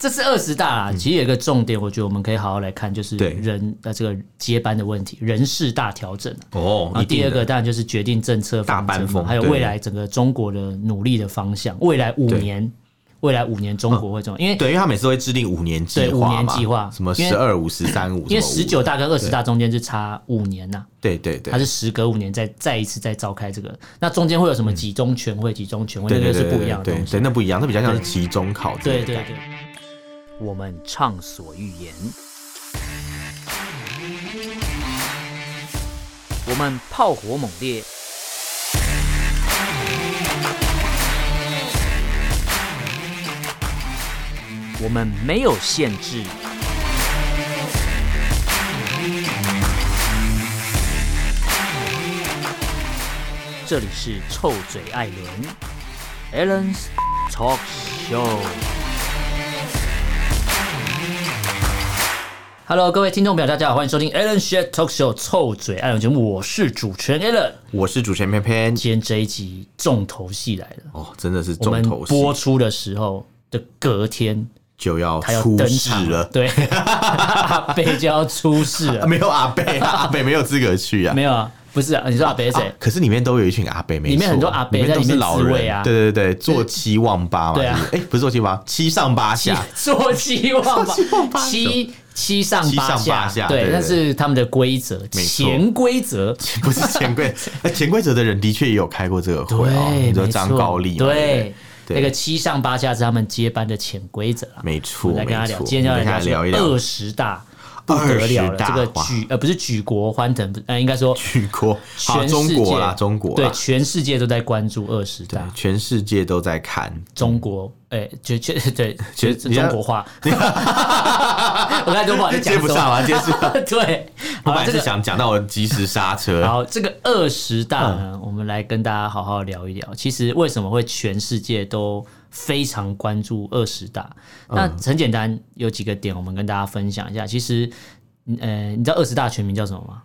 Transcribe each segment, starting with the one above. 这次二十大啊，其实有一个重点，我觉得我们可以好好来看，就是嗯对人的这个接班的问题，人事大调整啊。哦，啊，一定第二个的当然就是决定政策方大针嘛，搬风还有对未来整个中国的努力的方向。未来五对年，未来五年中国会怎么？因为对，因为他每次都会制定五年计对五划嘛，年计划什么因为十二五、十三五，因为什么五十九，大跟二十大中间是差五年呐、对对对，它是时隔五年再再一次再召开这个，那中间会有什么集中全会、集中全会，嗯对那对个是对不对一样对的东对西。对，那不一样，那比较像是期中考之类对的对感觉对，我们畅所欲言，我们炮火猛烈，我们没有限制。这里是臭嘴艾伦 a l l e n s Talk Show。Hello，各位听众朋友，大家好，欢迎收听 Alan Shed Talk Show 臭嘴艾伦节目，我是主持人 Alan。我是主持人偏偏，今天这一集重头戏来了，哦，真的是我重们头戏，播出的时候的隔天，就要他要出登事场了。对， 阿北就要出事啊了，没有阿 贝，阿贝没有资格去啊。没有啊？不是啊，你说阿北是谁啊？可是里面都有一群阿伯，没错里面很多阿伯里面都在是里面老自慰人啊对对对，坐七望八嘛，对啊是不是，哎，不是坐七八，七上八下，做七望吧做七望，八七七上八七上下，八下对，对那是他们的规则，没错潜规则。不是潜规，哎，潜规则的人的确也有开过这个会哦，对，你说没张错高丽嘛，对，对那个七上八下是他们接班的潜规则啊。没错，我来跟他没聊，错今天要我们来来聊一聊二十大，不得了了， 20大这个哇举呃不是举国欢腾，不呃应该说举国，好，全世啊中界国啦，中国对啦，全世界都在关注二十对大，，全世界都在看，中国哎就就 对，其就实是你要中国话， 我刚才都不好意思讲接什么不上啊，接不上。 对，我好本了来这是个。想讲到我及时刹车，好，这个二十大呢，嗯我们来跟大家好好聊一聊。其实为什么会全世界都非常关注二十大？嗯那很简单，有几个点我们跟大家分享一下。其实，呃，你知道二十大全名叫什么吗？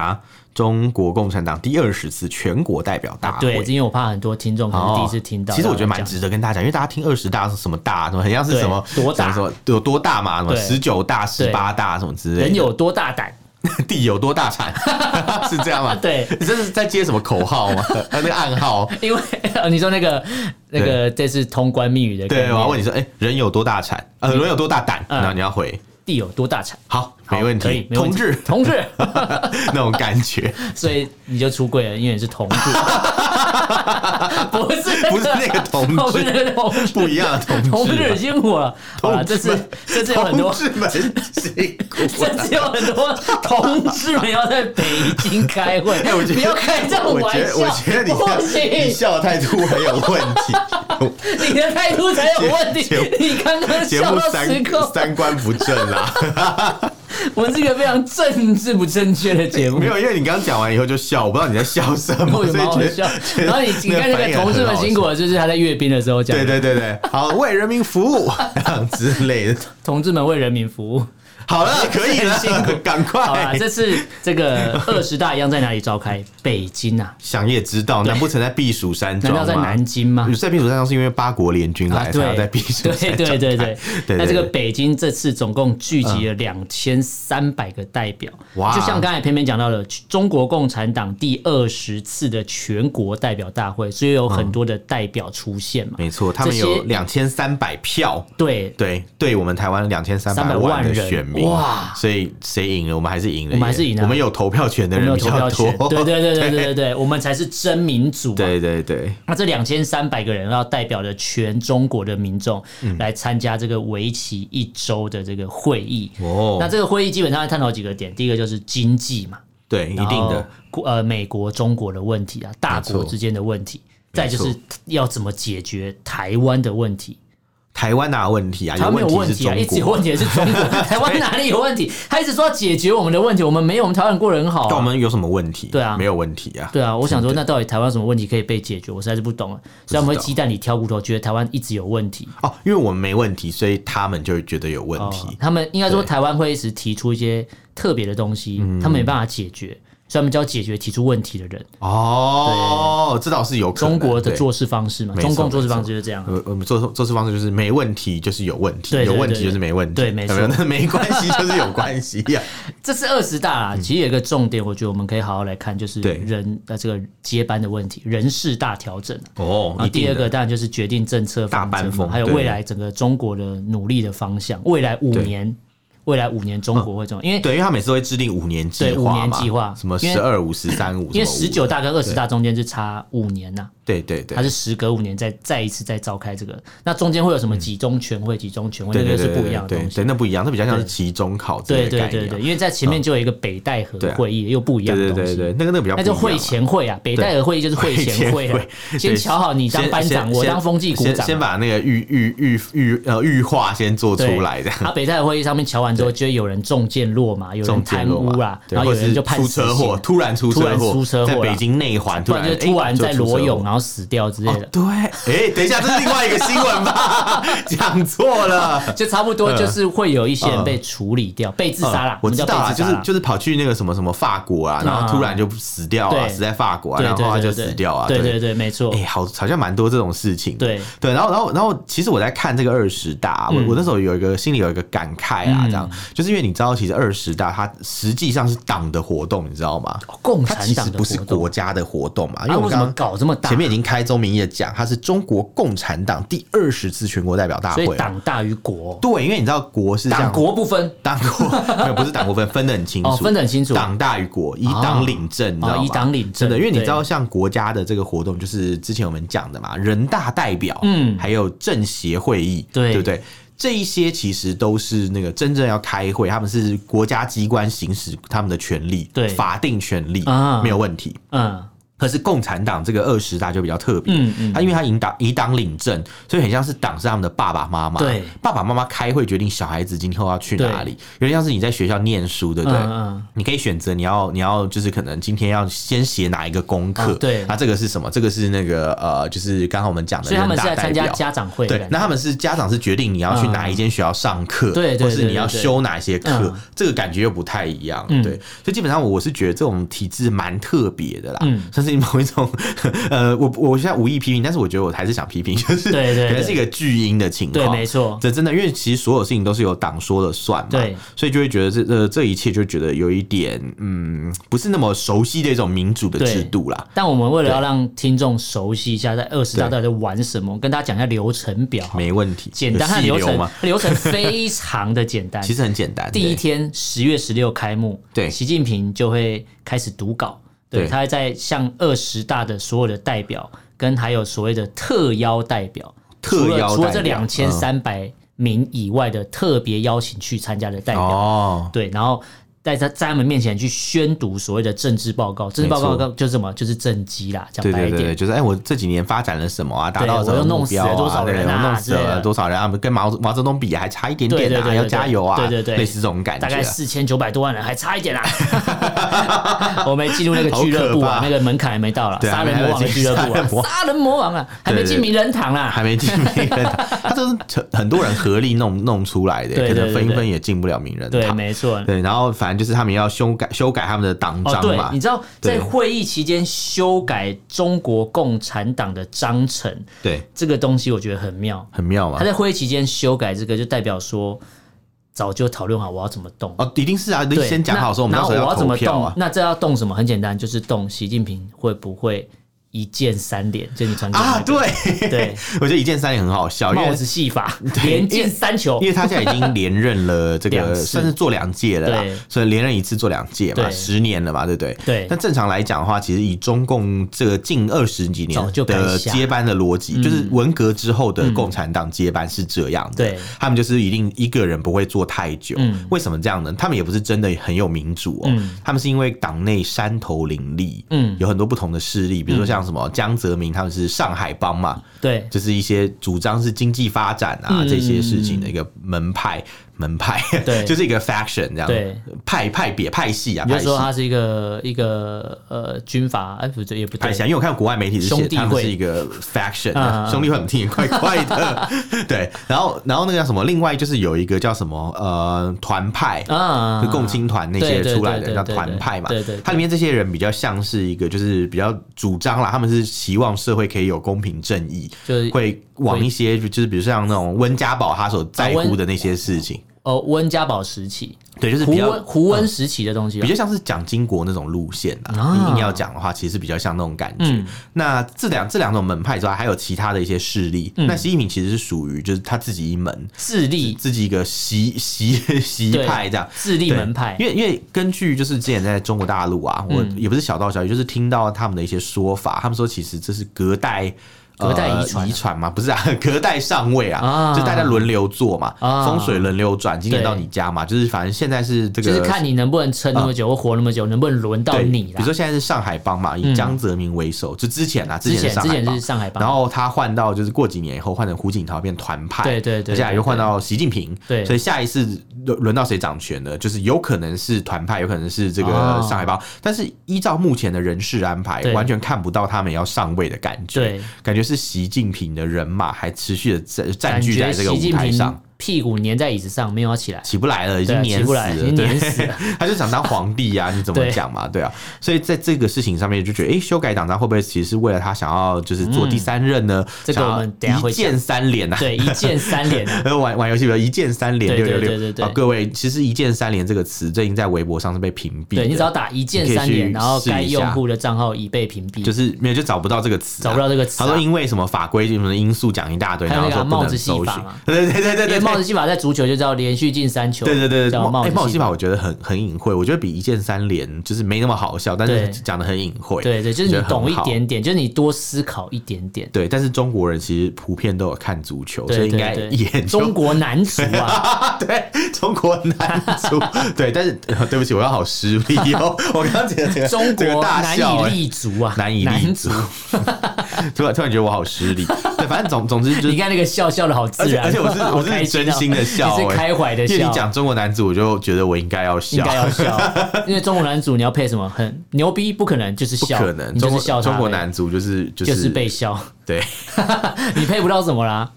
啊，中国共产党第二十次全国代表大啊对，会。哦因为我怕很多听众可能第一次听到。其实我觉得蛮然后值得跟大家讲，因为大家听二十大是什么大，什么很像是对什么多大什么什么有多大嘛，什么对十九大、十八大什么之类讲的。人有多大胆， 地有多大产， 是这样吗？对你这是在接什么口号吗？ 还有那个暗号？因为 你说那个那个这次通关密语的概念，对，我要问你说，哎，人有多大产？呃，人有多大胆？嗯然后你要回，地有多大产？好，好没问可题以，，没问同题志同志， 那种 感觉，所以你就出柜了，因为你是 同志，不是不是那个同不是志，那个同志不一样的同志啊，同志辛苦了，好了，这次这次有很多同，志们辛苦这了。次有很多同志们要在北京开会，哎我觉得 不要开这种我玩觉笑，得，我觉得你不你行，笑的态度很有问 题。你的态度才有问题节目。你刚刚节笑目到三十个，三观不正啊 啦，我们是一个非常政治不正确的节目没。有，因为你刚刚讲完以后就笑，我不知道你在笑什 么，为什所么以好觉笑得觉？得 然后你你看那反个应很同志们辛苦好了，就是他在阅兵的时候笑。讲，对对对对，好，为人民服 务这样之类的。同志们为人民服务。好 了，可以了， 赶好啦，快。这次这个二十大一样在哪里召开？北京啊，想也知道，难不成在避暑山难庄吗？道在南京吗？在避暑山庄是因为八国联军啊啊来，才要在避暑山对对庄。对对对那对这个对嗯北京这次总共聚集了两千三百个代表，哇就像刚才偏偏讲到了，中国共产党第二十次的全国代表大会，所以有很多的代表出现嘛。没错，他们这些有两千三百票，对，对，对我们台湾两千三300万万的人选民，哇所以谁赢了？我们还是赢了耶，我们还是赢了啊我们有投票权的我们人有比投较票权，多，对对对对对对对，我们才是真民主啊嘛。 对对对，那这两千三百个人要代表着全中国的民众嗯来参加这个为期一周的这个会议。哦那这个会议基本上会探讨几个点，第一个就是经济嘛，对，哦一定的，，呃，美国、中国的问题啊，大没国错之间的问题，再就没是要怎么解决台湾的问题。台湾哪有问题啊？台湾没有问问题啊，一是直中有国。问题的是中国， 台湾哪里有问题？他一直说要解决我们的问题，我们没有，我们台湾人过得很好、但我啊。们有什么问题？对啊没有问题啊。对啊，我想说，那到底台湾有什么问题可以被解决？我实在是不懂了。所以他们会鸡蛋里挑骨头，觉得台湾一直有问题。哦，因为我们没问题，所以他们就会觉得有问哦题。他们应该说对嗯台湾会一直提出一些特别的东西，他们没办法解决，专门叫解决提出问题的人。哦，这倒是有可能中国的对做事方式嘛，没错中共做事方式就是这样啊。呃，我们做做事方式就是没问题就是有问题，对对有对问题就是没问题，对没错有 有那没关系就是有关系 呀。这次二十大啊，其实有一个重点，我觉得我们可以好好来看，就是嗯对人的这个接班的问题，人事大调整啊。哦啊，第二个当然就是决定政策方大针搬嘛，风还有对未来整个中国的努力的方向。未来五对年，未来五年中国会怎么？因为对，因为他每次会制定五年计对五划嘛，年计划什么因为十二五、十三五，因为什么五十九，大跟二十大中间是差五年呐、对对对，它是时隔五年再再一次再召开这个，那中间会有什么集中全会、集中全会，嗯对那对个对是对不一样的对东对，西对。那不一样，那比较像是对期中考之类对的概对念对啊对，因为在前面就有一个北戴河对啊会议，又不一样的对东对西。对，那个那个比较不那一样就啊，会前会啊，北戴河会议就是会前会会啊 前，先对瞧好你当先班长，先我先当风纪股先长先啊。把那个预预预预呃预化先做出对来，这样啊，北戴河会议上面瞧完之后，就会有人中箭落马，有人中箭贪落污马啦， 对然后或有人是就判出死车祸，刑突然出突车然祸，出车祸在啦北京内环不然就哎突然就在出车裸泳祸然后死掉之类哦的，，对，哎，等一下，这是另外一个新闻吧？ 讲错了。就差不多就是会有一些人嗯被处理掉，被自杀啦嗯，我们知叫道啊，被自就杀是啦就是跑去那个什么什么法国啊，然后突然就死掉啊，对死在法国啊，对然对后他对就对死掉啊，对对对，没错哎、，好，好像蛮多这种事情的。对嗯对，然后然后然后，其实我在看这个二十大啊，我、我那时候有一个心里有一个感慨啊，这样，就是因为你知道，其实二十大它实际上是党的活动，你知道吗？共它产其党实的不是活动国家的活动嘛，因啊，我为们什刚么刚搞这么大？前面已经开宗明义的讲，它是中国共产党第二十次全国代表大所会以嘛。党大于国，对，因为你知道国是这样党国不分党国 没有不是党国分分得很清楚，哦分得很清楚哦党大于国，以党领政，你知道吗？以党领政真的，因为你对知道，像国家的这个活动，就是之前我们讲的嘛，人大代表，嗯还有政协会议，对对不对？这一些其实都是那个真正要开会，他们是国家机关行使他们的权利，对法定权利啊没有问题。嗯，可是共产党这个二十大就比较特别，嗯嗯他因为他以党以党领政，所以很像是党是他们的爸爸妈妈，对，爸爸妈妈开会决定小孩子今后要去哪里，有点像是你在学校念书，对不对？嗯嗯你可以选择你要你要就是可能今天要先写哪一个功课，哦对啊，这个是什么？这个是那个呃，就是刚刚我们讲的所以他们人是大在代参加表。家长会的对，感觉，那他们是家长是决定你要去嗯哪一间学校上课，对对或是对你要对对修哪些课嗯，这个感觉又不太一样，嗯对，所以基本上我是觉得这种体制蛮特别的啦，嗯甚至某一种 呃，我我现在无意批评，但是我觉得我还是想批评，就是对对对可能是一个巨婴的情况，对，没错，这真的，因为其实所有事情都是由党说了算嘛，对，所以就会觉得这呃这一切就觉得有一点嗯，不是那么熟悉的一种民主的对制度啦。但我们为了要让听众熟悉一下在二十大到底在玩什么，跟大家讲一下流程表好了，没问题，简单，它的有流细流程吗？流程非常的简单，其实很简单。第一对天十月十六开幕，对习近平就会开始读稿，对，对他在向二十大的所有的代表跟还有所谓的特邀代表，特邀代表除了除了这两嗯千三百名以外的特别邀请去参加的代表，哦，对，然后。在他在他们面前去宣读所谓的政治报告，政治报没告错就是什么？就是政绩啦，讲对白对一对对，点。就是哎，我这几年发展了什么啊？达到了什我么又弄目死标了多少啊？对，人我啊弄死之类的了多少人啊？跟毛毛泽东比还差一点点对对啊，对要对加油啊！对对对类似这种感觉大概啊。四千九百多万人，还差一点 啦。我没进入那个俱乐部好可啊，怕那个门槛还没到啦。对啊杀人魔王的俱乐部还没进杀人魔啊，杀人魔王啊，还没进名人堂啊啦。还没进名 人堂，他这是很多人合力弄弄出来的，对可对能对分一对分也进不了名人对，堂。没错。对，然后反正就是他们要修改修改他们的党哦，章对嘛，，你知道在对会议期间修改中国共产党的章程对，这个东西，我觉得很妙。很妙嘛他。在会议期间修改这个，就代表说早就讨论好我要怎么动。哦，一定是啊，你对，先讲好说我们那到时然后候我要怎投么票动啊？。那这要动什么？很简单，就是动习近平会不会一键三连？就你传给我那啊，个对， 对，我觉得一键三连很好笑，因帽为子戏法，连进三球因。为他现在已经连任了，这哦两个次算是做两届了啦对，所以连任一次做两届嘛，对十年了嘛，对不对？对那正常来讲的话，其实以中共这个近二十几早年就该的下接班的逻嗯辑，就是文革之后的共产党接班是这样的，对他们就是一定一个人不会做太久嗯。为什么这样呢？他们也不是真的很有民主哦嗯，他们是因为党内山头林立，嗯有很多不同的势力，比如说像像什么江泽民他们是上海帮嘛，对，就是一些主张是经济发展啊、嗯这些事情的一个门派。门派对 就是一个 faction 这样对派派别派系啊，你就派系说它是一个一个呃军阀，哎，不对，也不对派，系啊，因为我看国外媒体是写兄弟他们会是一个 faction，、啊啊、兄弟会很听也怪怪的， 对。然后然后那个叫什么，另外就是有一个叫什么呃团派。啊，就共青团那些对对出来对的对叫对团派嘛对对对，它里面这些人比较像是一个就是比较主张啦，他们是希望社会可以有公平正义，就是会往一些就是比如像那种温家宝他所在乎的那些事情，哦温家宝时期，对，就是胡比较温胡温时期的东西吧嗯比较像是蒋经国那种路线啦。啊你硬要讲的话，其实比较像那种感觉。嗯那这两这两种门派之外，还有其他的一些势力。嗯那习近平其实是属于就是他自己一门，智利自己一个习习习对派这样。智利对门派，因为因为根据就是之前在中国大陆啊，我嗯也不是小道消息，就是听到他们的一些说法，他们说其实这是隔代。呃隔代遗传啊遗传嘛，不是啊， 隔代上位啊，啊就大家轮流做嘛，啊风水轮流转，今年对到你家嘛，就是反正现在是这个，就是看你能不能撑那么久，或活那么久，能不能轮到啊对，你比如啦。嗯说现在是上海帮嘛，以江泽民为首，就之前啊，之前前是上之海前帮是。上海帮，然后他换到就是过几年以后换成胡锦涛变团派，对对对接下来对又换对到习近平，对所以下一次轮轮到谁掌权呢？就是有可能是团派，有可能是这个哦上海帮，但是依照目前的人事安排，对完全看不到他们要上位的感觉，对，感觉是习近平的人马还持续的占占感据在觉这个习舞近台上平。屁股粘在椅子上，没有要起 来，起不来了，已对经啊碾起死不来了，已经对碾死了 他就想当皇帝呀、你怎么对讲嘛？对啊，所以在这个事情上面就觉得，哎、修改党章会不会其实是为了他想要就是做第三任呢？嗯这个想要我们等一下会一键三连啊。。对，一键三连啊呃 玩玩游戏，比如一键三连对六对六对对六对啊！各位，其实“一键三连”这个词最近在微博上是被屏蔽的，对你只要打一键你可以三连，去然后试一该用下户的账号已被屏蔽，就是没有就找不到这个词啊、找不到这个词啊他说因为什么法规什么因素讲一大堆，还有然那个后说不帽子能戏搜法寻嘛。 对对对对对因为对，帽子戏法在足球就叫连续进三球，对对对对，叫帽帽哎帽子戏法法，。我觉得很很隐晦，我觉得比一键三连就是没那么好笑，但是对讲的很隐晦。对对，就是觉你得懂很一好。点点，就是你多思考一点点。对，但是中国人其实普遍都有看足球，所对以应该对对，研究中国男足啊，对中国男 足。对，但是呃对不起，我要好失礼哦，我刚刚觉 得这个中这个国大难笑以哎立足啊，难以立足。 突然突然觉得我好失礼。对，反正总总之就是你看那个笑笑的好自然，而且而且我是好我 是开哦真心的笑你是哎开怀的因为笑。你讲中国男足，我就觉得我应该要应笑。该要笑， 因为中国男主你要配什么很牛逼，不可能就是不笑，可能，你中就国是笑他呗欸中国男足就是就就是是被笑， 对，你配不到什么啦。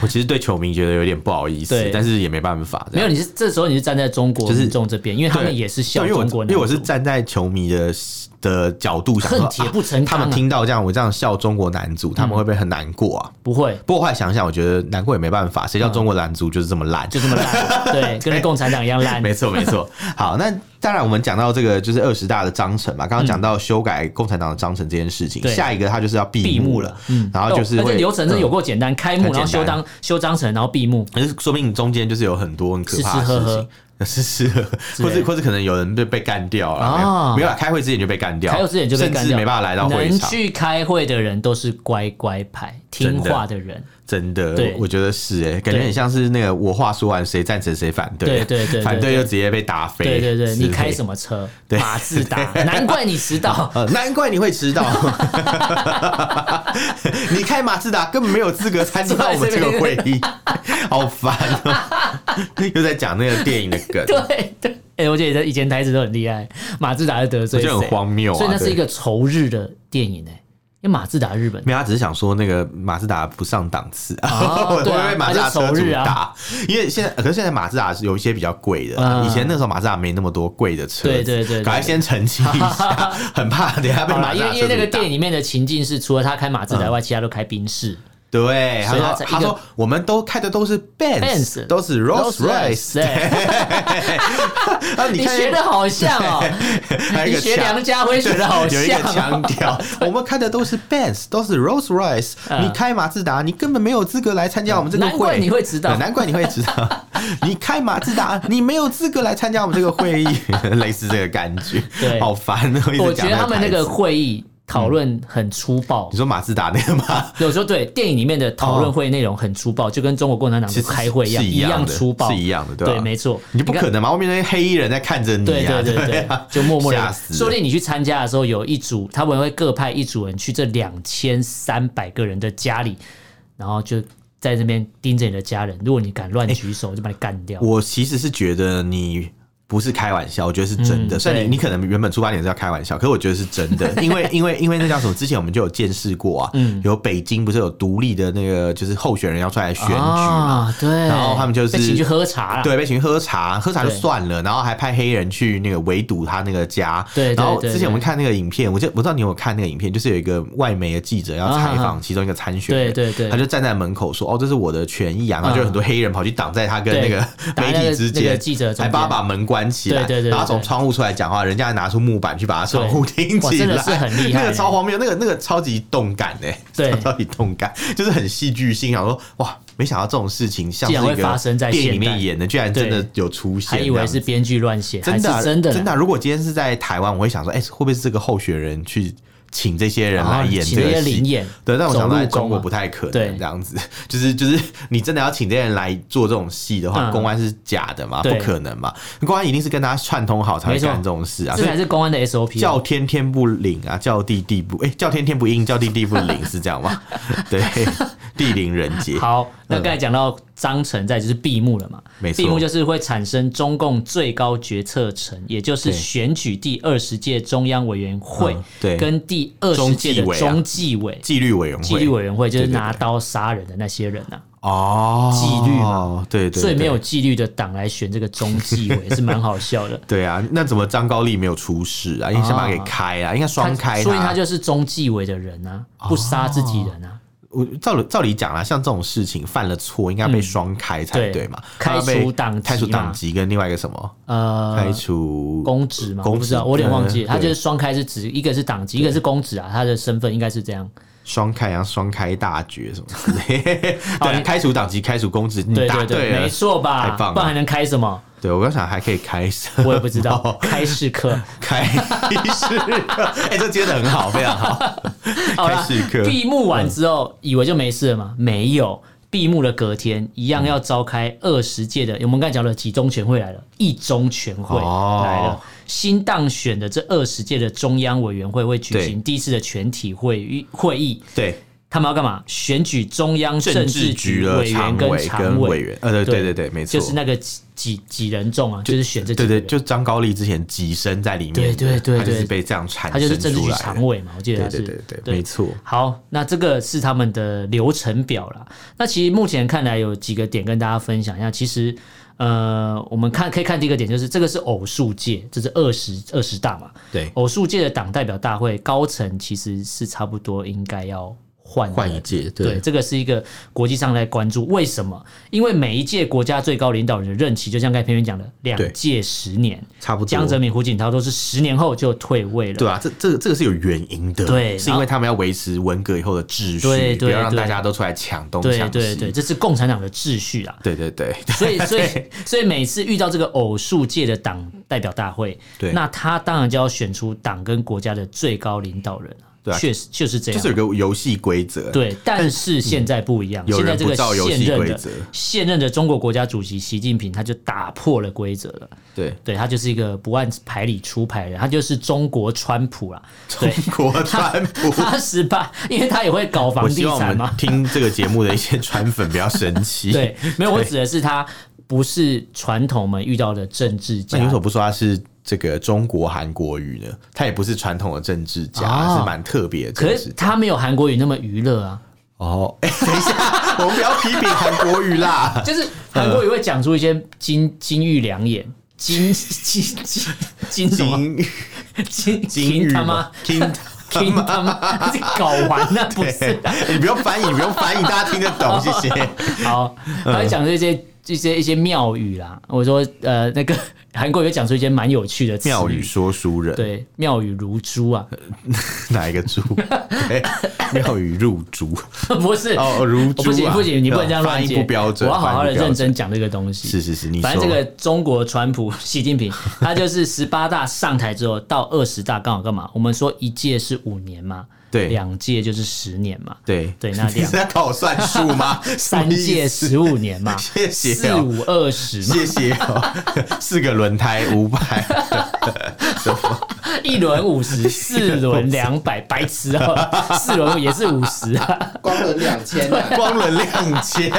我其实对球迷觉得有点不好意思对，但是也没办法。这没样有，你是这时候你是站在中国就是民众这边，因为他们对也是对笑因为我中国因男为主，我是站在球迷的的角度想说，恨铁不成啊他钢啊嗯们听到这样我这样笑中国男足，他们会不会很难过啊？不会不过后来想想，我觉得难过也没办法，谁叫中国男足就是这么烂？嗯就这么 烂，对，跟那共产党一样烂。哎没错，没错。好，那当然我们讲到这个就是二十大的章程嘛，刚刚讲到修改共产党的章程这件事情，嗯对下一个它就是要闭闭幕幕了了，然后就是哦而会且流程是有够简单，开幕很然后简修单章修章程，然后闭幕，可是说不定中间就是有很多很可怕吃的吃喝事喝情。 是是，或类是的或是可能有人被被干掉了，没啊有没有啦，开会之前就被干掉，还有之前就被干啊甚至掉，没办法来到会能场，去开会的人都是乖乖牌、听话的人，真的对，我我觉得是哎、感觉对很像是那个我话说完谁赞成谁反对，对对对对反对就直接被打飞，对对对，你开么？什么车？马自达，难怪你迟到。 呃，难怪你会迟 到， 你开马自达根本没有资格参加我们这个会 议，好烦哦、 又在讲那个电影的梗，对对，哎、我觉得以前台词都很厉害，马自达是得罪我觉谁？得很荒谬啊所以那是对一个仇日的电影哎、因为马自达日本没有，他只是想说那个马自达不上档次啊，哦 我对啊会被马自达车他就仇主日啊打，因为现在呃可是现在马自达有一些比较贵的啊，嗯以前那时候马自达没那么多贵的车子，对对对对赶快先澄清 一下，很怕等一下被好啦，马自因达为因为车那主个打电。影里面的情境是，除了他开马自达外，其他都开宾士。嗯对，他所以说他才一个他说我们都开的都是 Benz， Benz，都是 Rolls Royce，对，啊，你 你看学的好像哦， 还有一你个学强梁家 辉学的好 有一个像强哦。 调，我们开的都是 Benz，都是 Rolls Royce，、嗯你开马自达，你根本没有资格来参加我们这个会。难怪你会知道对难怪你会知 道，你开马自达，你没有资格来 参加我们这个会议，类似这个感觉，对好烦哦。一直我讲觉得他们那台个词会议讨论很粗暴你，说马自达那 个吗？有时候对电影里面的讨论会内容很粗暴，就跟中国共产党其实开会一样，是一样的粗暴，是一样的对吧对，没错，你就不看可能嘛，外面那些黑衣人在看着你对啊，对对对，啊就默默吓的。死说不定你去参加的时候，有一组他们会各派一组人去这两千三百个人的家里，然后就在这边盯着你的家人。如果你敢乱举手，就把你干掉。我其实是觉得你不是开玩笑，我觉得是真的。嗯虽然你对你可能原本出发点是要开玩笑，可是我觉得是真 的，因为因为因为那叫什么？之前我们就有见识过啊，嗯有北京不是有独立的那个就是候选人要出来选举嘛。啊，对，然后他们就是被请去喝茶啦，对，被请去喝茶，喝茶就对算了，然后还派黑人去那个围堵他那个家。对对然后对之前我们对看那个影片，我就我不知道你有没有看那个影片，就是有一个外媒的记者要采啊啊访其中一个参选人，对对对他就站在门口说：“哦，这是我的权益啊！”然后就有很多黑人跑去挡在他跟那对个挡 媒在那个体之哎那个间，记者中间还帮他把门关起来，对对对对然后从对窗户出来讲话，人家还拿出木板去把他窗户钉哇起来，真的是很厉害那个超荒谬，那个那个超级动感哎、对 超级动感，就是很戏剧性，想说哇。没想到这种事情像竟然是一会发个生在电影现里代面演的，居然真的对有出现，还以为是编剧乱写，真的还啊是真的啦真的啊、如果今天是在台湾，我会想说，哎、会不会是这个候选人去请这些人来啊演请这这些个戏？灵演对，但我走想说路在中工国啊不太可能对这样子， 就是就是你真的要请这些人来做这种戏的嗯话，公安是假的嘛？不对可能嘛？公安一定是跟大家串通好才会没错干这种事啊，这所以才是公安的 SOP 啊。叫天天不灵啊，叫地地不哎、叫天天不应，叫地地不灵是这 样吗？对，地灵人杰。好，那刚才讲到章程，再就是闭幕了嘛。没错闭幕就是会产生中共最高决策层，也就是对选举第二十届中央委员会嗯，对跟第二十届的中中纪委、纪律委员会，纪律委员会，就是对对对拿刀杀人的那些人啊。哦，纪律嘛，对对对，最没有纪律的党来选这个中纪委是蛮好笑 的。对啊，那怎么张高丽没有出事啊？应该先把他给开啊，应该双开哦所以他就是中纪委的人啊，不杀自己人啊，我照理照理讲啦，像这种事情犯了错，应该被双开嗯才对对嘛？开除他要被党籍嘛开除党籍跟另外一个什么开呃。除公职嘛，公我不知道，我有点忘记嗯了。他就是对双开是指一个是党籍，一个是公职啊，他的身份应该是这样。双开，然后双开大决什么之类的。好 对，啊你开除党籍，开除公职，你哦对答对对，了没。错吧？太棒了不然还能开什么？对我刚想还可以开什么我也不知 道。开试课，开市课，哎，这接的很好，非常好。好开啦市课，闭幕完之后，以为就没事了嘛？没有，闭幕的隔天一样要召开二十届的，我们刚才讲了几中全会来了，一中全会哦来了。新当选的这二十届的中央委员会会举对行第一次的全体会议会议，对。他们要干嘛？选举中央政政治治局局的委员常跟委跟常委员呃对对对对没错就是那个几几几人众啊，就是选这几对个对，人就张高丽之前跻身在里面的，对对对他就是对被这样产他生就出来是的。政治局常委嘛，我记得他啊是对对对对没错好，那这个是他们的流程表啦。那其实目前看来有几个点跟大家分享一下。其实，呃，我们看可以看第一个点就是这个是偶数界，这是二十二十大嘛。对偶数界的党代表大会高层其实是差不多应该要换人换一届，对，对这个是一个国际上在关注。为什么？因为每一届国家最高领导人的任期，就像刚才偏偏讲的，两对届十年，差不多江泽民、胡锦涛都是十年后就退位了。对啊，这这个这个是有原因的，对是因为他们要维持文革以后的秩序，对对不要让对大家都出来抢东对抢对西，对，这是共产党的秩序啊。对对对， 所以，所以，所以每次遇到这个偶数界的党代表大会，对那他当然就要选出党跟国家的最高领导人啊对啊确实就是这样，就是有个游戏规则，对，但是现在不一样，有现人在不这个照游现戏任规的则现任的中国国家主席习近平，他就打破了规则了。对，对他就是一个不按牌理出牌的人，他就是中国川普啦。中对，国川普。 他十八，因为他也会搞我房地希望哦我产嘛们。听这个节目的一些川粉不要生 气。对，，没有，我指的是他不是传统我们遇到的政治那家你为。什么不说他是这个中国韩国语呢？他也不是传统的政治家，啊是蛮特别的政可治家。是他没有韩国语那么娱乐啊，哦，哎、等一下， 我们不要批评韩国语 啦。就是韩国语会讲出一些金金玉良言， 金金金金 什么金金金玉他妈嘛， 金 听他妈这搞完了不是？ 哦对你不用翻译，你不用翻译，大家听得懂，谢谢。好，他讲这些一些一些妙语啦。我说呃，那个韩国有讲出一些蛮有趣的词妙语说书人，对，妙语如珠啊， 哪一个猪？对妙语入猪不是哦，如猪、啊、不行不行，你不能这样发乱音接，不标准，我要好好发的音不标准认真讲这个东西。是是是，你说反正这个中国川普习近 平，他就是十八大上台之后到二十大刚好干嘛？我们说一届是五年嘛，对两届就是十年嘛，对对那你两 是在考我算数吗？ 三届什么意思十五年嘛， 谢谢四哦五二十嘛，谢谢 哦，四个轮胎五百， 什么一轮五十，四轮两百，白痴哦， 四轮也是五十啊，光轮两千啊，光轮两千，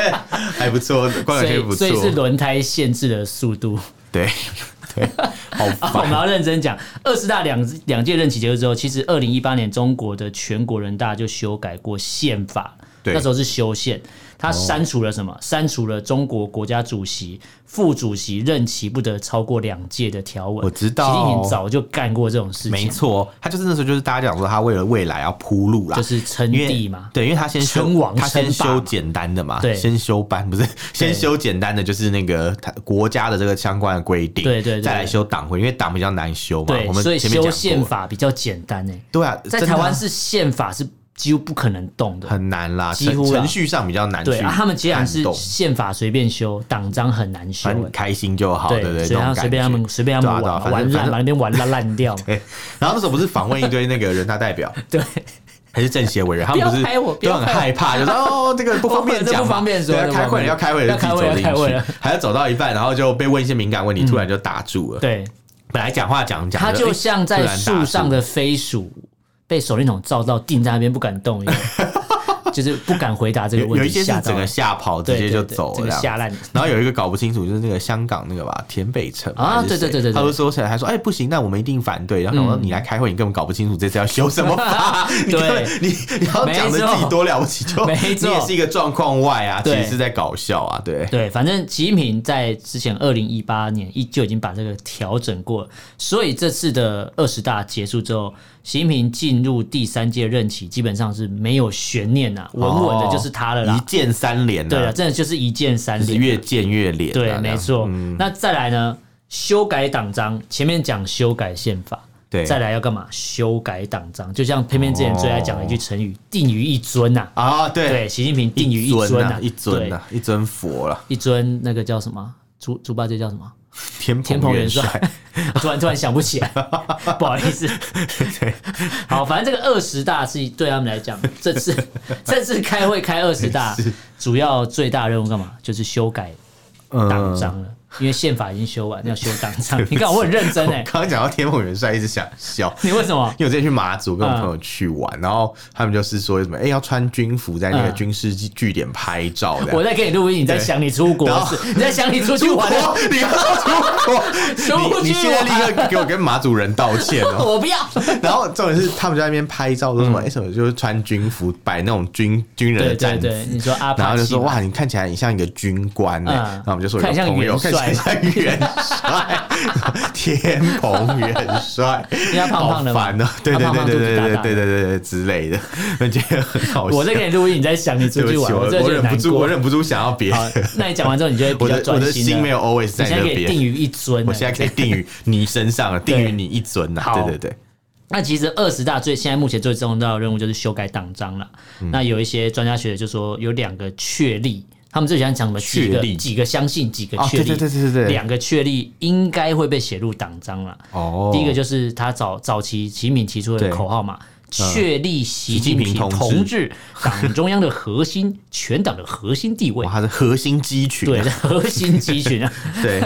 还不错，光所轮两千以哎不所以是错，轮胎限制了速度。对对，好我们烦，要认真讲，二十大两两届任期结束之后，其实二零一八年中国的全国人大就修改过宪法，对哦那时候是修宪，它删除了什么？删除了中国国家主席、副主席任期不得超过两届的条文。我知道习近平早就干过这种事情，没，错，他就是那时候就是大家讲说他为了未来要铺路啦，就是称因为帝嘛。对，因为他先修称王他先称霸嘛修简单的嘛，对先修班不是先修简单的，就是那个他国家的这个相关的规定，对对对再来修党徽，因为党比较难修嘛，对我，们所以前面修讲宪过，法比较简单诶，对啊，在真的台啊湾是宪法是几乎不可能动的。很难啦，几乎程啦程序上比较难去对啊，他们既然是撼动宪法随便修，党章很难修反诶正。开心就好，对不对？所以他们这种随便他感觉们随便他们对啊玩对啊玩反正烂，把那边玩烂烂 掉。对，哎然后那时候不是访问一堆那个人大代表对，还是政协委员，他们不不是要拍我不都要很拍我害怕，就说哦这个 不方便这讲嘛，不方便说对，啊这不开方会了便要开会了，要自己开会走了进开会去了，还要走到一半，然后就被问一些敏感问题，突然就打住了。 对，本来讲话讲哎讲，他就像突在然打树上的飞鼠被手电筒照到，定在那边不敢动一样， 就是不敢回答这个有问有一题，些是吓到整个了。吓跑，直对接对就对走整个了这样。吓 烂。然后有一个搞不清楚，就是那个香港那个吧，田北辰啊还是对谁对对对对嗯他就说起来，他说哎不行，那我们一定反对。然后我说你来开会，你根本搞不清楚这次要修什么法，你根本 你你要讲的自己多了不起，就没你错也是一个状况外啊，其对实是在搞笑啊，对。对，反正习近平在之前二零一八年一就已经把这个调整过了，所以这次的二十大结束之后，习近平进入第三届任期，基本上是没有悬念呐、稳稳哦的就是他了啦。一键三连对啊了，，真的就是一键三就是连，越见越连啊，这对，样嗯没错。那再来呢？修改党章，前面讲修改宪法，对再来要干嘛？修改党章，就像偏偏之前最爱讲的一句成语“定于一尊”呐。啊，对，对，习近平定于尊尊呐，一尊对啊，一尊佛了，一尊那个叫什么？猪猪八戒叫什 么？天天蓬蓬元元帅帅， 突然突然想不 起来，不好意思。好，反正这个二十大是对他们来讲，这 次这次开会开二十大，主要最大任务干嘛？就是修改嗯党章了，因为宪法已经修 完，要修党章。你看我很认真我哎、刚刚讲到天蓬元帅，一直想笑。你为什 么？因为我之前去马祖跟我嗯朋友去玩，然后他们就是说什么，哎、要穿军服在那个嗯军事据点拍照的。我在给你录音，你在想你出国对然是？你在想你出去出国玩的？，你要出出国，去你你现在立刻给我跟马祖人道歉哦、 我不要。然后重点是他们就在那边拍照，说什么哎、什么就是穿军服摆那种军军人的嗯对对站姿，对，你说阿然后帕就奇说嘛，哇，你看起来很像一个军官呢、嗯然后我们就说有看像朋友元看帅起来像元帅，天蓬元帅，人家胖好胖的嘛烦哦，对对他胖胖对对肚对子大对大对的对对对之类的，我觉得很好笑。我在给你录音，你在想你出对不去起，玩，我真的觉我得忍不难住，我过。忍不住想要别好，那你讲完之后，你就会比我较的我专的心心了没有 always 你在现在那可以定边。于一尊了，我现在可以定于你身上了，定于对你一尊呐、好对对对，那其实二十大最现在目前最重要的任务就是修改党章了。嗯那有一些专家学者就说有两个确立，他们最喜欢讲什么几确个立几个相信，几个哦确立，对对对对对两个确立应该会被写入党章了。哦第一个就是他早早期习近平提出的对嗯口号嘛。确立习近习平近平同同志党中央的核心、全党的核心地位哦哇，，它是核心肌群、 对啊，核心集群啊。对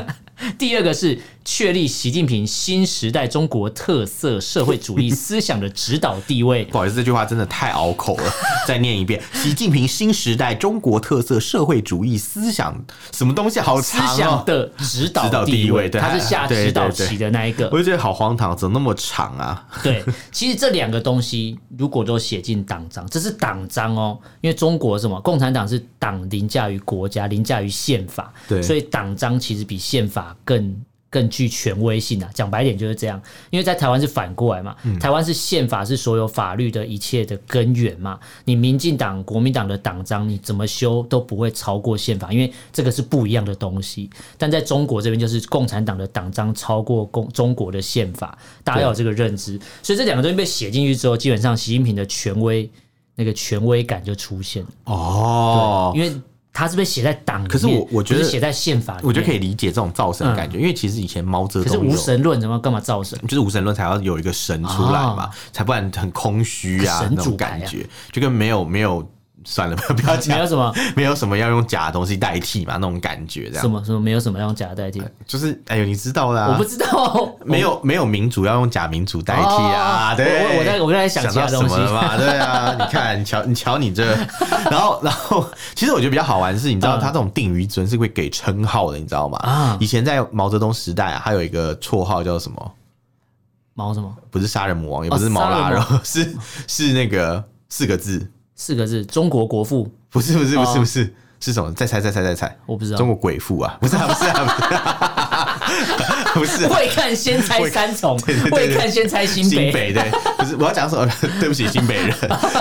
第二个是确立习近平新时代中国特色社会主义思想的指导地 。位不好意思，这句话真的太拗口 了，再念一遍：习近平新时代中国特色社会主义思想什么东西好思长想哦。的指指导导地地位对它是下指导对对棋的那一个我。就觉得好荒唐，怎么那么长啊？对，其实这两个东西如果都写进党章，这是党章哦，因为中国什么共产党是党凌驾于国家，凌驾于宪法，对所以党章其实比宪法更更具权威性啊。讲白点就是这样，因为在台湾是反过来嘛，嗯台湾是宪法是所有法律的一切的根源嘛。你民进党、国民党的党章你怎么修都不会超过宪法，因为这个是不一样的东西。但在中国这边就是共产党的党章超过共中国的宪法，大家要有这个认知。所以这两个东西被写进去之后，基本上习近平的权威。那个权威感就出现了，哦，因为他是被写在党里面，可是我我觉得不是写在宪法里面，我觉得可以理解这种造神的感觉，因为其实以前毛泽嗯可是东无有神论怎么干嘛造神？就是无神论才要有一个神出来嘛，才不然很空虚啊啊神那主种牌啊感觉，就跟没有没有算了吧，不要 没有讲，什么没有什么要用假的东西代替嘛，那种感觉这什样，么什么，没有什么用假的代替，就是哎呦你知道啦、我不知道。没有没有民主要用假民主代替啊，哦对，我我在我在想其到他什东西么了嘛，对 啊，你看，你瞧你瞧你这，然后然后，其实我觉得比较好玩的是，你知道嗯他这种定于尊是会给称号的，你知道吗？啊以前在毛泽东时代啊，他有一个绰号叫什么？毛什么不是杀人魔王，也不是毛腊哦杀人肉， 是是那个四个字，四个字？中国国父？不是不是不是哦不是。是什么？再猜再猜再猜！我不知道中国鬼父啊，不是啊，不是啊， 不是啊，不是啊，未看先猜三重对对，对未看先猜新新北。北 对，不是我要讲什么？ 对不起，新北人。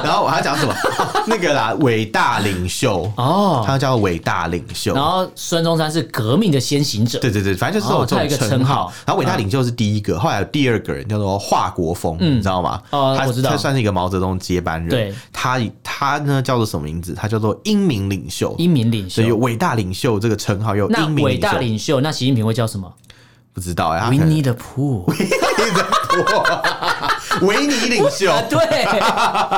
然后我要讲什么？ 那个啦，伟大领袖，哦，他叫伟大领袖然。后孙中山是革命的先行者。对对对，反正就是有哦他有这一个种称称号嗯号。然后伟大领袖是第一个，后来有第二个人叫做华国锋，你知道吗？哦他我知道他算是一个毛泽东接班人。对，他他呢叫做什么名字？他叫做英明领袖。英明领所以有袖。伟大领袖这个称号，有那英明伟大袖，领袖，那习近平会叫什么不知道哎，他可？We 能 need a pool。维尼领 袖，啊，对，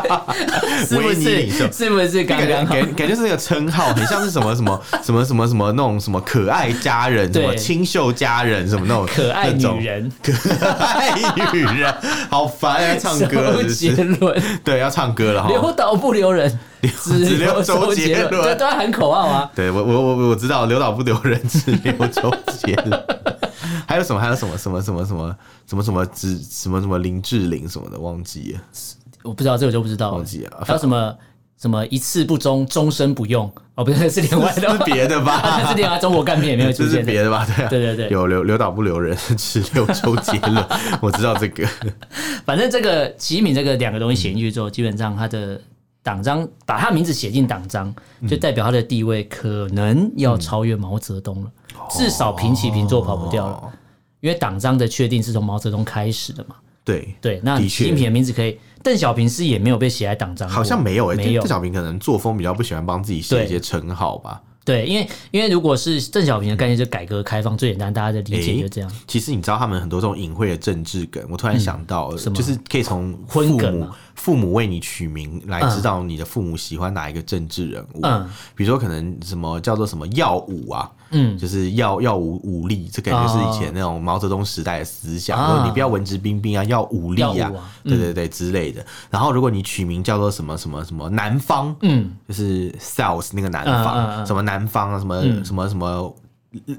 是不维尼领是？袖是不是刚感觉刚好？感感觉是那个称号，很像是什么什么什么什么什么那种什么可爱佳人，什对么清秀佳人，什么那种可爱女，人，那种可爱女人，好烦啊！唱歌周了杰 是不是伦。对，要唱歌了留哈。岛不留人，只只哦留留周杰杰伦对，都要喊口号啊！对我我我我知道，留岛不留人，只留周杰伦。还有什么？还有什么？什么什么什么什么什么只什么什么林志玲什么的，忘记了，我不知道这个我就不知道忘了，记了还，有什么什么一次不忠，终身不用哦，不是是另外 这是的，别的吧？那 是另外中国干片也没有 这出是现的。别的吧？对啊，对对对有留留岛不留人，只留周杰伦。我知道这个，反正这个习近平这个两个东西写进去之后，基本上他的党章把他名字写进党章，嗯就代表他的地位可能要超越毛泽东了，嗯至少平起平坐跑不掉哦了。因为党章的确定是从毛泽东开始的嘛。对，对，那的确习近平的名字可以，邓小平是也没有被写在党章过，好像没有诶、哎没有邓。小平可能作风比较不喜欢帮自己写对一些称号吧。对，因为因为如果是邓小平的概念，就改革开放最简单，大家的理解诶就这样。其实你知道他们很多这种隐晦的政治梗，我突然想到了，嗯什么就是可以从父婚母梗啊吗父母为你取名来嗯知道你的父母喜欢哪一个政治人物。嗯比如说可能什么叫做什么耀武啊，嗯就是耀耀武武力，这感觉是以前那种毛泽东时代的思想，啊说你不要文质彬彬啊，要武力要啊，武啊对对对之类的。然后如果你取名叫做什么什么什么南方，嗯，就是 South 那个南嗯嗯方，嗯什么南方啊，什么什么什么。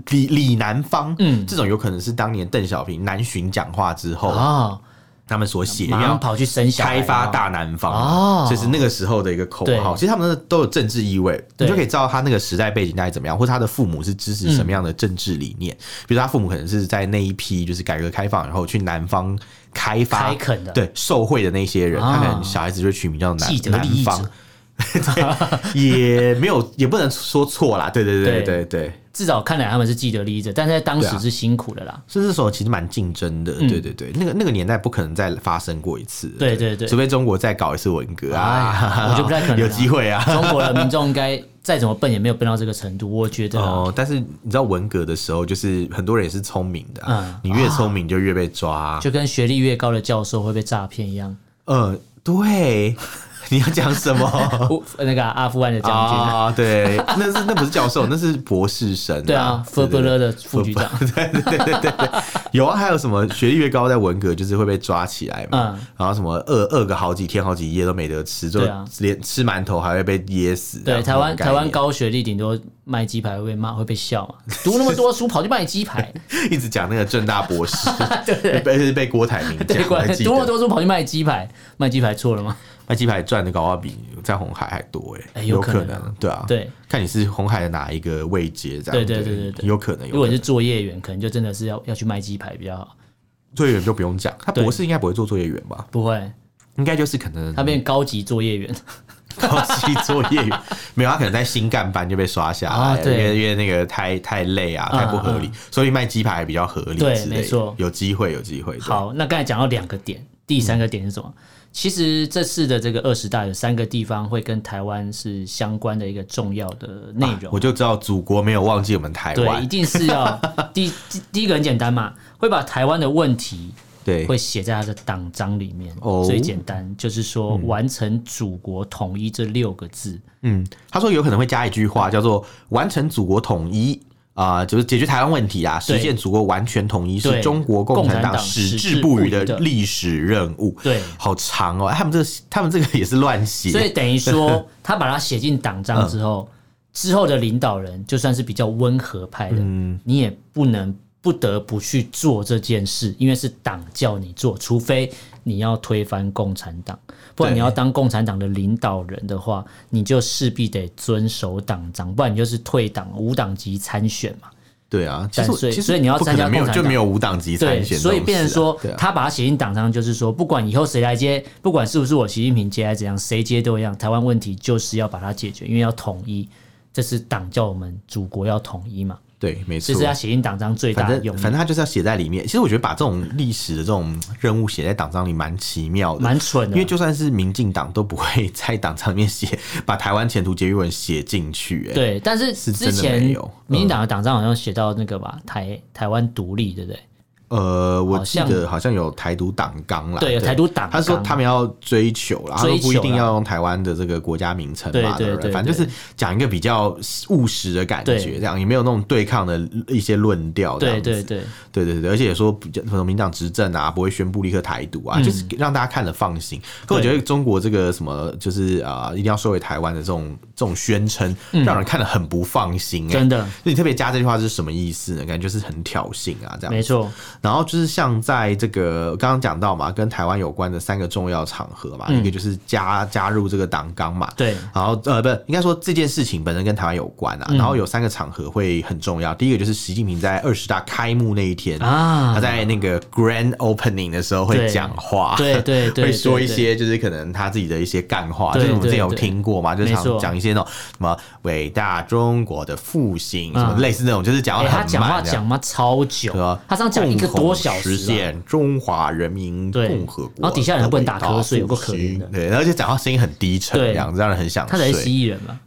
李李南方，嗯这种有可能是当年邓小平南巡讲话之后，哦，他们所写，马上要跑去生小孩开发了大南方，哦这是那个时候的一个口号。对其实他们都有政治意味，对你就可以知道他那个时代背景大概怎么样，或者他的父母是支持什么样的政治理嗯念。比如说他父母可能是在那一批就是改革开放，然后去南方开发开垦的对受贿的那些人，啊他可能小孩子就取名叫南既得南利益者方。 对，也没有，也不能说错啦。对对对对对对，至少看来他们是既得利益者，但在当啊时是辛苦的啦。 所以那时候其实蛮竞争的。对对对，那个那个年代不可能再发生过一次。嗯对对对除非中国再搞一次文革哎啊，我觉得不太可能啊有机会啊。中国的民众应该再怎么笨也没有笨到这个程度，我觉得啊、哦，但是你知道文革的时候，就是很多人也是聪明的啊、嗯你越聪明就越被抓啊、就跟学历越高的教授会被诈骗一样。嗯，对， 你要讲什 么不那个啊、阿富汗的将军，哦啊、对，那是那不是教授，那是博士生、对啊，佛伯勒的副局长，有啊，还有什么学历越高，在文革就是会被抓起来嘛，嗯然后什么饿饿个好几天、好几夜都没得吃，就对啊连吃馒头还会被噎死这样。对台湾这种概台湾念高学历顶多卖鸡排会被骂，会被笑嘛？读那么多书跑去卖鸡 排， 一直讲那个正大 博士，对被被郭台铭对，讲，我管还记读那么得多书跑去卖鸡排，卖鸡排错了吗？卖鸡排赚的搞不好比在红海还多哎、哎有有可能啊能，对啊，对，看你是红海的哪一个位阶这样，对对对对对有可能，有如果可你能是作业员，可能就真的是要要去卖鸡排比较好。作业员就不用讲，他对博士应该不会做作业员吧？不会，应该就是可能他变高级作业员， 高级作业员，没有他可能在新干班就被刷下来啊了，因对为因为那个太太累啊，嗯太不合理，所以卖鸡排比较合理之类对的，没错有机会，有机会。对，好，那刚才讲到两个点，第三个点是什么？其实这次的这个二十大有三个地方会跟台湾是相关的一个重要的内容我，就知道祖国没有忘记我们台对，一湾，定是要第第第一个很简单嘛，会把台湾的问题对，会写在他的党章里面，哦最简单就是说完成祖国统一这六个字，嗯，他说有可能会加一句话，叫做完成祖国统一。啊、就是解决台湾问题啊，对实现祖国完全统一是对中国共产共产党党矢志不渝的矢志不渝的历史任务。对好长哦，他们这个他们这 个也嗯是乱写，所以等于 说他把它写进党章之后，之后的领导人就算是比较温和派的，嗯你也不能不得不去做这件事，因为是党叫你做，除非你要推翻共产党，不然对你要当共产党的领导人的话，你就势必得遵守党章，不然你就是退党、无党籍参选嘛。对啊，其但实我所以其实所以你要不可参加能没有共产就党没有无党籍参对，选这种事啊、所以变成说，对啊啊他把它写进党章，就是说，不管以后谁来接，不管是不是我习近平接还是怎样，谁接都一样。台湾问题就是要把它解决，因为要统一，这是党叫我们祖国要统一嘛，对，没这错是。他写进党章最反大的正用意反。正他就是要写在里面。其实我觉得把这种历史的这种任务写在党章里蛮奇妙的，蛮蠢的因为就算是民进党都不会在党章里面写把台湾前途决议文写进去、欸。，对，但是是真之的前没有嗯民进党的党章好像写到那个吧，台台湾独立，对不对？呃，我好记像得好像有台独党纲啦，对有台独党纲啊他说他们要追求啦，他说追求不一定啦要用台湾的这个国家名称嘛，对对不对？对反正就是讲一个比较务实的感觉，对这样也没有那种对抗的一些论调这样对子，对对，对对对，而且也说比较什么民党执政啊，不会宣布立刻台独啊，嗯就是让大家看了放心。可我觉得中国这个什么，就是啊、呃一定要收回台湾的这种这种宣称，让人看得很不放心、嗯欸。真的就你特别加这句话是什么意思呢？感觉就是很挑衅啊，这样。没错，然后就是像在这个刚刚讲到嘛，跟台湾有关的三个重要场合嘛，一个就是加加入这个党纲嘛，嗯对然后呃，不是，应该说这件事情本身跟台湾有关嗯啊。然后有三个场合会很重要，第一个就是习近平在二十大开幕那一天啊他在那个 grand opening 的时候会对讲话，对对对 会说一对对些就是可能他自己的一些干话，就对是我们之前有对对听过嘛，就是没常错讲一些那种什么伟大中国的复兴，什啊么类似那种，就是讲哎、话他很讲话慢这样。讲嘛超久对吧，？他这样讲一个共同多小实时啊、现中华人民对共和国。然后底下人不能打瞌睡有够个可怜的对，然后就讲话声音很低沉，对这样子让人很想他才睡。是蜥蜴人嘛，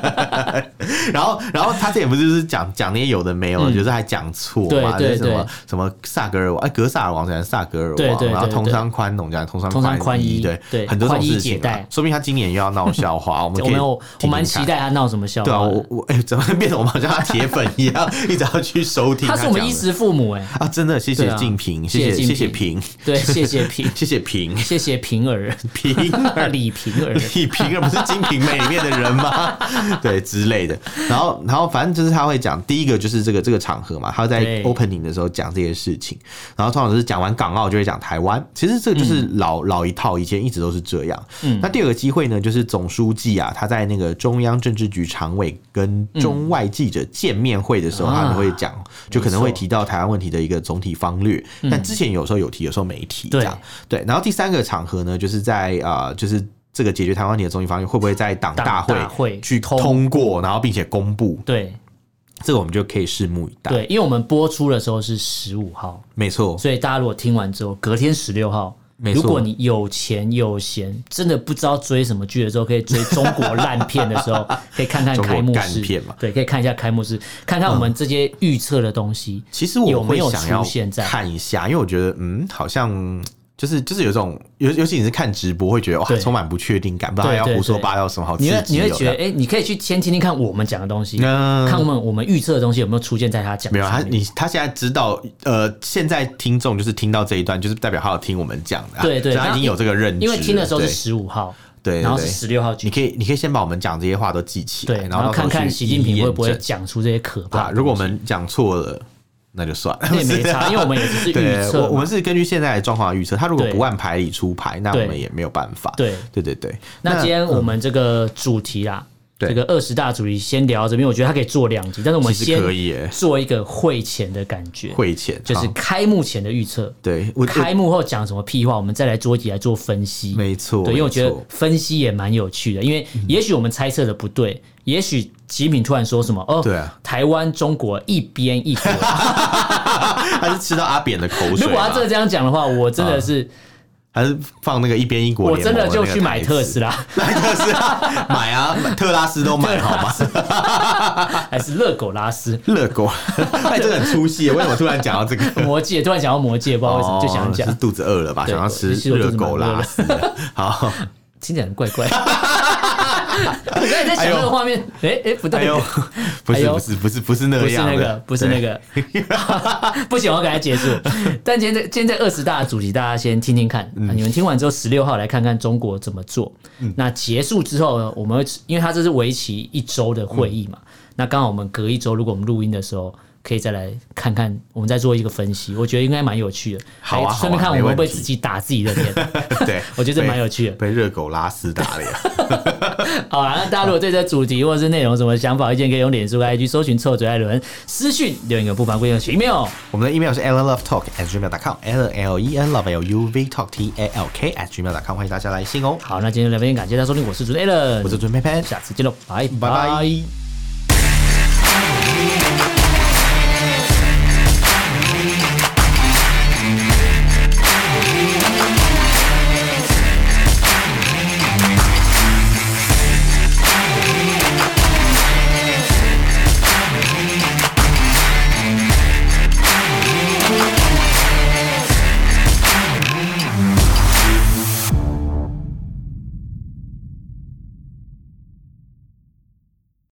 然后，然后他这也不是就是讲讲那些有的没有的，就是还讲错嘛，嗯就对是什对么什么萨格尔王，哎，格萨尔王还是萨格尔对王，啊对然后对通对商宽农这样，通商通商宽一，一对对很多这种宽衣事情解啊带，说不定他今年又要闹 笑话，我们可我以没有，我听蛮听期看。待他闹什么笑话对的。啊，我我哎，怎么变成我们好像他铁粉一样， 一直要去收听他是我们讲衣的食父母哎、啊，真的谢对谢啊静平，谢谢谢谢谢谢静平，对， 谢谢平，谢谢平谢谢平儿， 平儿李平儿， 李瓶儿不是《金瓶梅》里面的人吗？ 对之类的。然后，然后反正就是他会讲第一个就是这个这个场合嘛，他会在对 opening 的时候讲这些事情。然后通常就是讲完港澳就会讲台湾，其实这个就是老、老一套，以前一直都是这样。那第二个机会呢，就是总书记啊，他在那个中央政治局常委跟中外记者见面会的时候，啊他们会讲，就可能会没错提到台湾问题的一个总体方略。但之前有时候有提，有时候没提，这对样。对，然后第三个场合呢，就是在啊、呃就是这个解决台湾问题的中心方案会不会在党党大会大会去通通过，然后并且公布，对这个我们就可以拭目以待。对，因为我们播出的时候是十五号，没错，所以大家如果听完之后，隔天十六号。哦没错如果你有钱有闲，真的不知道追什么剧的时候，可以追中国烂片的 时候，可以看看中国开幕干式片嘛对，可以看一下开幕式，看看我们这些预测的东西。其实我有没会有想要出现在看一下，因为我觉得嗯，好像。就是就是有一种，尤尤其你是看直播，会觉得哇，对充满不确定感，不知道对要对胡说对八道什么，好刺你会激你哦。会觉得，这样哎、你可以去先听听看我们讲的东西，嗯看我们我们预测的东西有没有出现在他讲的没有啊上他，面。你他现在知道，呃，现在听众就是听到这一段，就是代表他有听我们讲的啊，对对所以他已那经有这个认知因了，为听的时候是对十五号，对然后对是对。十六号举你可以，你可以先把我们讲这些话都记起来，对，然然后后到时看候看去习近平会不会验证讲出这些可怕啊的？东西。如果我们讲错了，那就算了。那也没 差，因为我们也只是预对，测嘛，我我们是根据现在的状况预测，他如果对不按牌理出牌，那我对们也没有办法。对。对对对，那今天我们这个主题啦，嗯对这个二十大主题先聊到这边，我觉得它可以做两集，但是我们其实先可以耶做一个会前的感觉，汇钱就是好开幕前的预测，对我开我幕后讲什么屁话，我们再来做一集来做分析。没错，对，因为我觉得没错嗯分析也蛮有趣的，因为也许我们猜测的不对，也许习近平突然说什么哦，对啊台湾、中国一边一 国，还是吃到阿扁的口水吧，啊如果他真的这样讲的话，我真的是、还是放那个一边一国我啊联盟真那的个台词，就去买特斯 拉，买特斯拉，买啊，买特拉斯都买好吗？ 还是热狗拉斯。乐狗， 哎，真的很出戏耶，为什么突然讲到这个？魔戒，突然想到魔戒，不知道为什么、就想哦讲是，肚子饿了吧？对想要吃其实我肚热子狗蛮饿的拉丝。 好，听起来很怪 怪。我刚才在想那个画面，哎哎、诶不哎对，呦，不哎是呦不是不是不是那不是样那个的，，不是那个， 不行，我要给他结 束。但今天这今天这二十大的主题，大家先听听看，嗯啊你们听完之后，十六号来看看中国怎么做。那结束之后呢，我们会因为它这是为期一周的会议嗯嘛，那刚好我们隔一周，如果我们录音的时候。可以再来看看，我们再做一个分析，我觉得应该蛮有趣的。好啊还顺便看好啊我们会不会没问题自己打自己 的脸。对对，我觉得这蛮有趣的被被热狗拉丝打脸。好啦，那大家如果对这主题或者是内容有什么想法、意见，可以用脸书、IG 搜寻“臭嘴艾伦”，私讯留言给我不妨贵用 email。 我们的 email 是 allenlovetalk at gmail.com，l l e n love l u v talk t a l k at gmail.com，欢迎大家来信哦。好，那今天就聊到这边感谢大家收听，我是主持人 a l l n 我是准佩佩，下次见喽，拜拜拜。